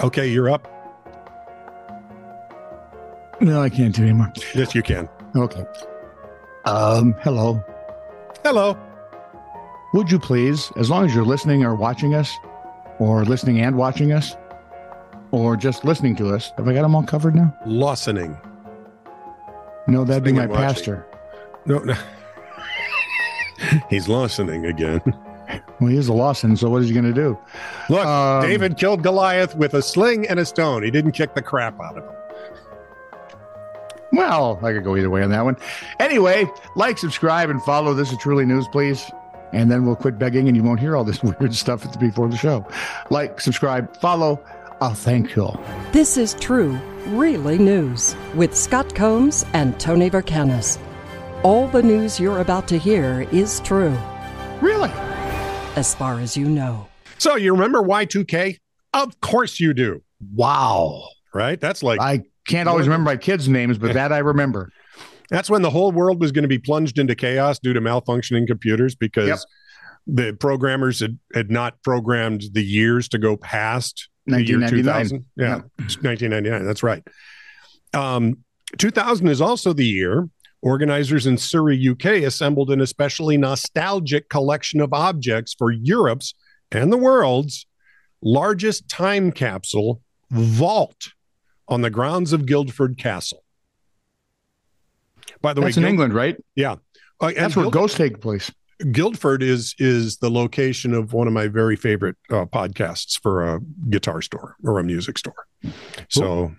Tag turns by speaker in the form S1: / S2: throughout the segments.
S1: Okay, you're up.
S2: No, I can't do anymore.
S1: Yes, you can.
S2: Okay. Um, hello.
S1: Hello.
S2: Would you please, as long as you're listening or watching us, or listening and watching us, or just listening to us, have I got them all covered now?
S1: Lawsoning.
S2: No, that'd be
S1: Listening
S2: my
S1: and watching.
S2: pastor.
S1: No, no. He's lawsoning again.
S2: Well, he is a Lawson, so what is he going to do?
S1: Look,
S2: Um,
S1: David killed Goliath with a sling and a stone. He didn't kick the crap out of him.
S2: Well, I could go either way on that one. Anyway, like, subscribe, and follow. This is Truly News, please. And then we'll quit begging and you won't hear all this weird stuff at the before the show. Like, subscribe, follow. I'll thank you all.
S3: This is true, really news with Scott Combs and Tony Vercanis. All the news you're about to hear is true,
S2: Really?
S3: as far as you know.
S1: So you remember Y2K? Of course you do,
S2: Wow.
S1: right? That's like
S2: I can't always remember my kids' names, but that I remember.
S1: that's when the whole world was going to be plunged into chaos due to malfunctioning computers because
S2: Yep.
S1: the programmers had, had not programmed the years to go past the year 2000.
S2: 1999.
S1: Yeah, it's 1999. That's right. Um, 2000 is also the year organizers in Surrey, UK assembled an especially nostalgic collection of objects for Europe's and the world's largest time capsule vault on the grounds of Guildford Castle. By the
S2: That's
S1: way,
S2: in
S1: Guil-
S2: England, right?
S1: uh, and
S2: That's where
S1: Guil-
S2: ghosts take place.
S1: Guildford is is the location of one of my very favorite uh, podcasts for a guitar store or a music store. So,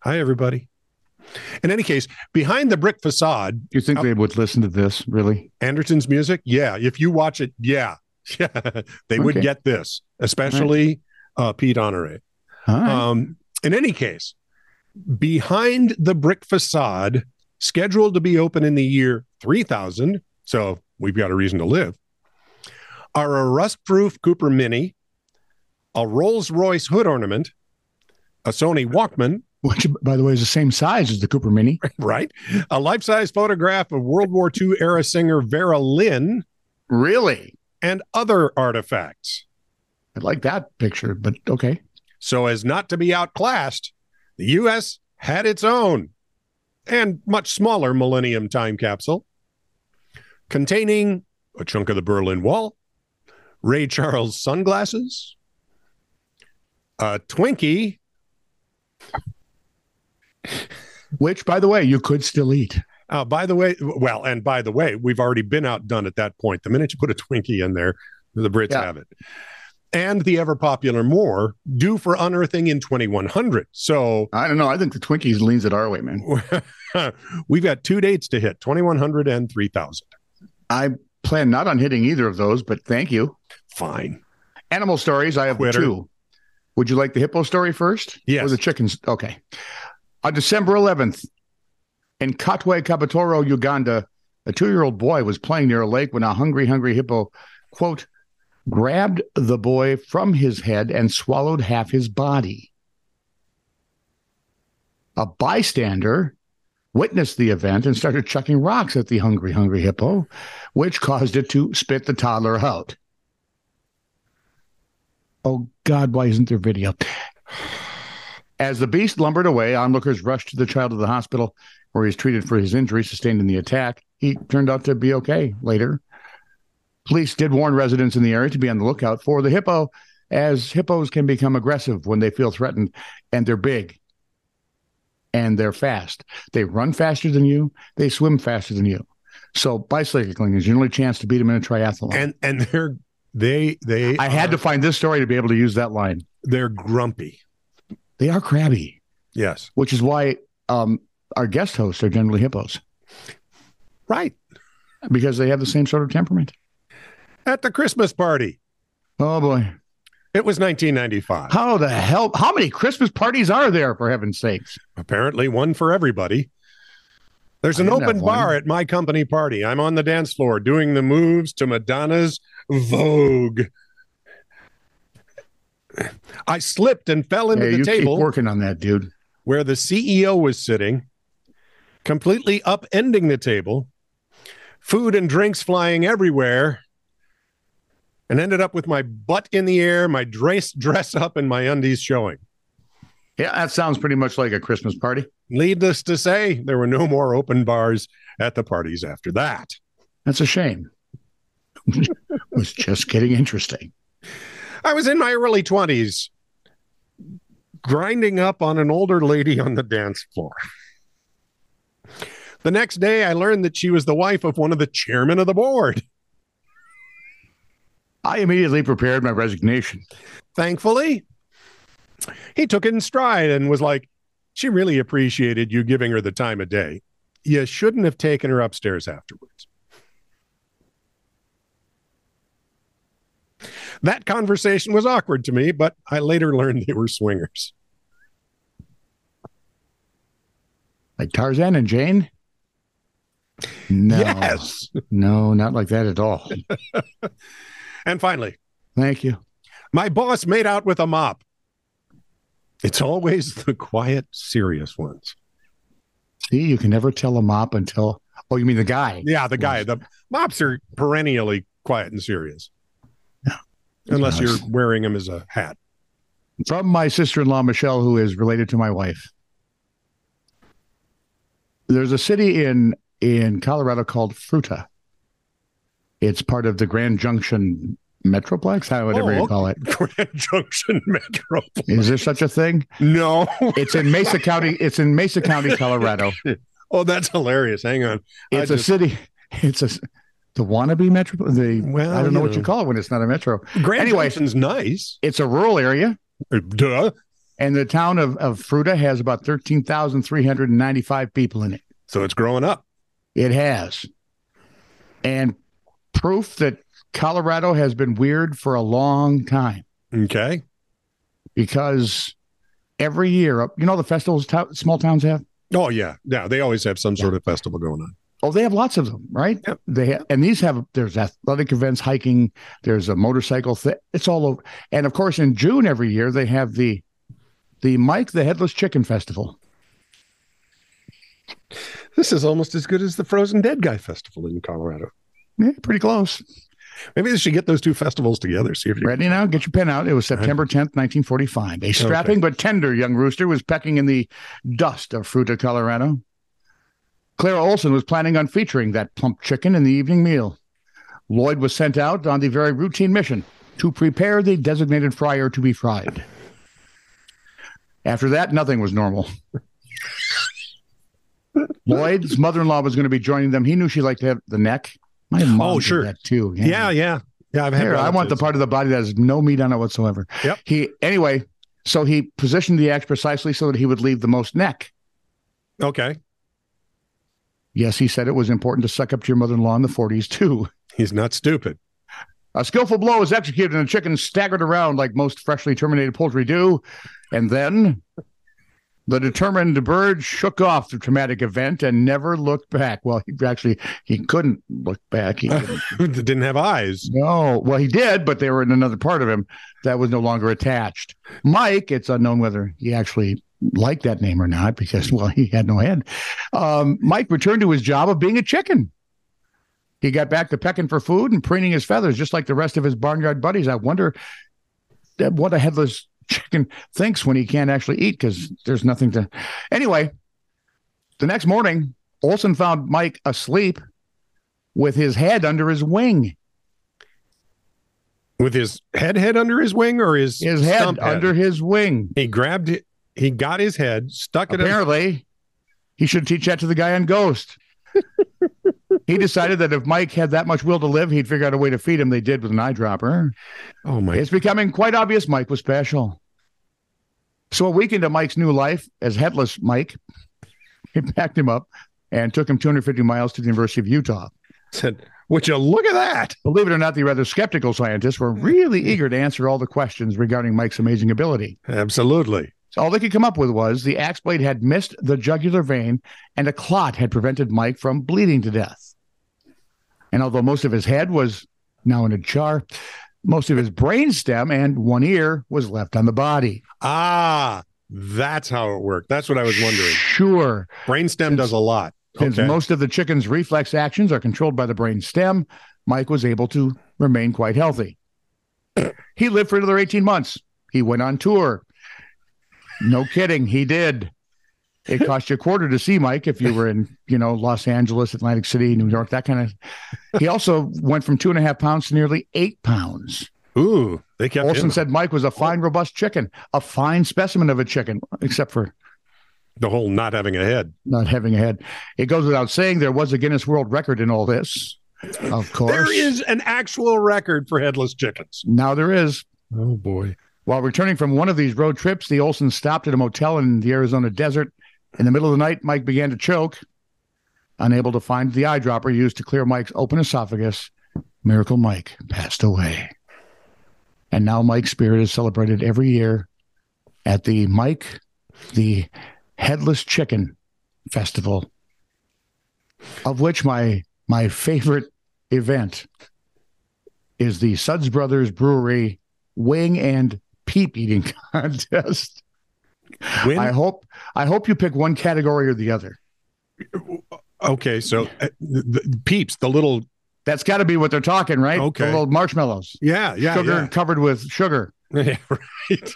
S1: hi everybody. In any case, behind the brick facade,
S2: You think they would listen to this, really?
S1: Anderton's music. Yeah, if you watch it, yeah, yeah, they would
S2: Okay.
S1: get this, especially uh, Pete Honore.
S2: All right.
S1: Um, in any case, behind the brick facade, scheduled to be open in the year 3000, so we've got a reason to live, are a rust proof Cooper Mini, a Rolls Royce hood ornament, a Sony Walkman,
S2: Which, by the way, is the same size as the Cooper Mini.
S1: right? A life size photograph of World War II era singer Vera Lynn,
S2: Really?
S1: and other artifacts.
S2: I like that picture, but okay.
S1: so as not to be outclassed, the U.S. had its own and much smaller Millennium time capsule containing a chunk of the Berlin Wall, Ray Charles sunglasses, a Twinkie.
S2: Which, by the way, you could still eat.
S1: Uh, by the way, well, and by the way, we've already been outdone at that point. The minute you put a Twinkie in there, the Brits
S2: Yeah.
S1: have it. And the ever popular Moore, due for unearthing in 2100. So
S2: I don't know. I think the Twinkies leans it our way, man.
S1: We've got two dates to hit 2100 and 3000.
S2: I plan not on hitting either of those, but thank you.
S1: Fine.
S2: Animal stories, I have
S1: Quitter.
S2: two. Would you like the hippo story first?
S1: Yes.
S2: Or the chickens? Okay. On December 11th, in Katwe, Kabutoro, Uganda, a two year old boy was playing near a lake when a hungry, hungry hippo, quote, grabbed the boy from his head and swallowed half his body. A bystander witnessed the event and started chucking rocks at the hungry, hungry hippo, which caused it to spit the toddler out. Oh, God, why isn't there video? As the beast lumbered away, onlookers rushed to the child to the hospital where he was treated for his injuries sustained in the attack. He turned out to be okay later. Police did warn residents in the area to be on the lookout for the hippo, as hippos can become aggressive when they feel threatened, and they're big and they're fast. They run faster than you, they swim faster than you. So bicycling is your only chance to beat them in a triathlon.
S1: And and they're they they
S2: I had
S1: are-
S2: to find this story to be able to use that line.
S1: they're grumpy.
S2: They are crabby.
S1: Yes.
S2: which is why um, our guest hosts are generally hippos
S1: Right.
S2: because they have the same sort of temperament.
S1: At the Christmas party.
S2: Oh boy,
S1: It was 1995.
S2: how the hell? How many Christmas parties are there for heaven's sakes?
S1: Apparently one for everybody. There's
S2: I
S1: an
S2: didn't have
S1: open
S2: one.
S1: bar at my company party. I'm on the dance floor doing the moves to Madonna's Vogue. I slipped and fell into
S2: Hey,
S1: the
S2: you
S1: table.
S2: keep working on that, dude.
S1: where the CEO was sitting, completely upending the table, food and drinks flying everywhere, and ended up with my butt in the air, my dress dress up, and my undies showing.
S2: Yeah, that sounds pretty much like a Christmas party.
S1: Needless to say, there were no more open bars at the parties after that.
S2: That's a shame. was just getting interesting.
S1: I was in my early 20s grinding up on an older lady on the dance floor. The next day, I learned that she was the wife of one of the chairmen of the board.
S2: I immediately prepared my resignation.
S1: Thankfully, he took it in stride and was like, She really appreciated you giving her the time of day. You shouldn't have taken her upstairs afterwards. That conversation was awkward to me, but I later learned they were swingers.
S2: Like Tarzan and Jane? No.
S1: Yes.
S2: No, not like that at all.
S1: And finally,
S2: Thank you.
S1: my boss made out with a mop. It's always the quiet, serious ones.
S2: See, you can never tell a mop until. Oh, you mean the guy?
S1: Yeah, the guy, the mops are perennially quiet and serious.
S2: Yeah.
S1: Unless
S2: Nice.
S1: you're wearing them as a hat.
S2: From my sister in law, Michelle, who is related to my wife. There's a city in in Colorado called Fruta. It's part of the Grand Junction Metroplex, I would
S1: Oh,
S2: ever
S1: okay.
S2: call it.
S1: Grand Junction Metro.
S2: Is there such a thing?
S1: No.
S2: It's in Mesa County. It's in Mesa County, Colorado.
S1: Oh, that's hilarious. Hang on. I
S2: It's a
S1: just-
S2: city. It's a the wannabe metro. The
S1: Well,
S2: I don't know
S1: you
S2: what you
S1: know.
S2: call it when it's not a metro.
S1: Grand
S2: Anyway.
S1: Junction's nice.
S2: It's a rural area,
S1: Uh, Duh.
S2: and the town of of Fruta has about thirteen thousand three hundred and ninety five people in it.
S1: So it's growing up.
S2: It has, and proof that Colorado has been weird for a long time
S1: Okay.
S2: because every year, you know, the festivals to- small towns have.
S1: Oh, yeah. Yeah. They always have some sort of festival going on.
S2: Oh, they have lots of them, right?
S1: Yep.
S2: They ha- and these have there's athletic events, hiking. There's a motorcycle. Th- it's all over, and of course, in June every year they have the the Mike the Headless Chicken Festival.
S1: This is almost as good as the Frozen Dead Guy Festival in Colorado.
S2: Yeah, pretty close.
S1: Maybe they should get those two festivals together. See if you
S2: Ready now? Get your pen out. It was September tenth, nineteen forty five. A strapping but tender young rooster was pecking in the dust of Fruta, Colorado. Clara Olson was planning on featuring that plump chicken in the evening meal. Lloyd was sent out on the very routine mission to prepare the designated fryer to be fried. After that, nothing was normal. Lloyd's mother-in-law was going to be joining them. He knew she liked to have the neck. My mom
S1: Oh,
S2: did
S1: sure.
S2: that too.
S1: Yeah, yeah. Yeah, I've had
S2: Here, I want the
S1: relatives.
S2: part of the body that has no meat on it whatsoever.
S1: Yep.
S2: He anyway, so he positioned the axe precisely so that he would leave the most neck.
S1: Okay.
S2: Yes, he said it was important to suck up to your mother-in-law in the 40s too.
S1: He's not stupid.
S2: A skillful blow was executed, and the chicken staggered around like most freshly terminated poultry do. And then the determined bird shook off the traumatic event and never looked back. Well, he actually he couldn't look back. He couldn't
S1: Didn't have eyes.
S2: No, well, he did, but they were in another part of him that was no longer attached. Mike, it's unknown whether he actually liked that name or not because, well, he had no head. Um, Mike returned to his job of being a chicken. He got back to pecking for food and preening his feathers, just like the rest of his barnyard buddies. I wonder that what a headless chicken thinks when he can't actually eat because there's nothing to. Anyway, the next morning, Olson found Mike asleep with his head under his wing.
S1: With his head head under his wing or his
S2: his head
S1: stump
S2: under his wing.
S1: He grabbed it. He got his head, stuck it up.
S2: Apparently, he should teach that to the guy on Ghost. he decided that if Mike had that much will to live, he'd figure out a way to feed him. They did with an eyedropper.
S1: Oh my!
S2: It's becoming quite obvious Mike was special. So a week into Mike's new life as headless Mike, he packed him up and took him 250 miles to the University of Utah.
S1: Said, would you look at that?
S2: Believe it or not, the rather skeptical scientists were really eager to answer all the questions regarding Mike's amazing ability.
S1: Absolutely.
S2: So all they could come up with was the axe blade had missed the jugular vein and a clot had prevented Mike from bleeding to death. And although most of his head was now in a jar, most of his brain stem and one ear was left on the body.
S1: Ah, that's how it worked. That's what I was wondering.
S2: Sure.
S1: Brainstem does a lot.
S2: Since
S1: Okay.
S2: most of the chicken's reflex actions are controlled by the brain stem, Mike was able to remain quite healthy. he lived for another 18 months. He went on tour. No kidding, he did. It cost you a quarter to see Mike if you were in, you know, Los Angeles, Atlantic City, New York, that kind of. He also went from two and a half pounds to nearly eight pounds.
S1: Ooh, they kept
S2: Olson
S1: him.
S2: said Mike was a fine, robust chicken, a fine specimen of a chicken, except for
S1: the whole not having a head.
S2: not having a head. It goes without saying there was a Guinness World Record in all this. Of course,
S1: There is an actual record for headless chickens.
S2: now there is.
S1: Oh boy.
S2: While returning from one of these road trips, the Olsons stopped at a motel in the Arizona desert. In the middle of the night, Mike began to choke, unable to find the eyedropper used to clear Mike's open esophagus. Miracle Mike passed away. And now Mike's spirit is celebrated every year at the Mike the Headless Chicken Festival, of which my my favorite event is the Suds Brothers Brewery wing and peep eating contest.
S1: When,
S2: I hope I hope you pick one category or the other.
S1: okay, so uh, the, the peeps, the little
S2: That's got to be what they're talking, right?
S1: Okay.
S2: The little marshmallows,
S1: yeah, yeah,
S2: sugar covered with sugar,
S1: yeah. yeah. right.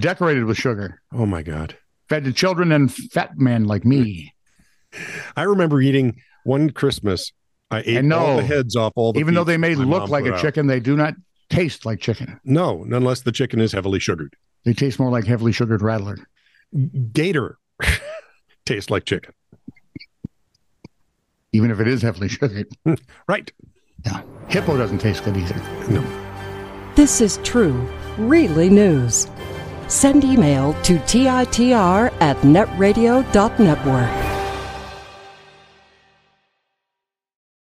S2: decorated with sugar,
S1: Oh my god.
S2: fed to children and fat men like me.
S1: I remember eating one Christmas. I ate
S2: I know.
S1: all the heads off all the
S2: Even though
S1: peeps
S2: they may
S1: my
S2: look
S1: mom
S2: like
S1: put
S2: a
S1: out.
S2: chicken, they do not taste like chicken.
S1: No, unless the chicken is heavily sugared.
S2: They taste more like heavily sugared rattler.
S1: Gator tastes like chicken.
S2: Even if it is heavily sugared,
S1: Right.
S2: yeah. Hippo doesn't taste good either.
S3: This is true, really news. Send email to TITR at netradio.network.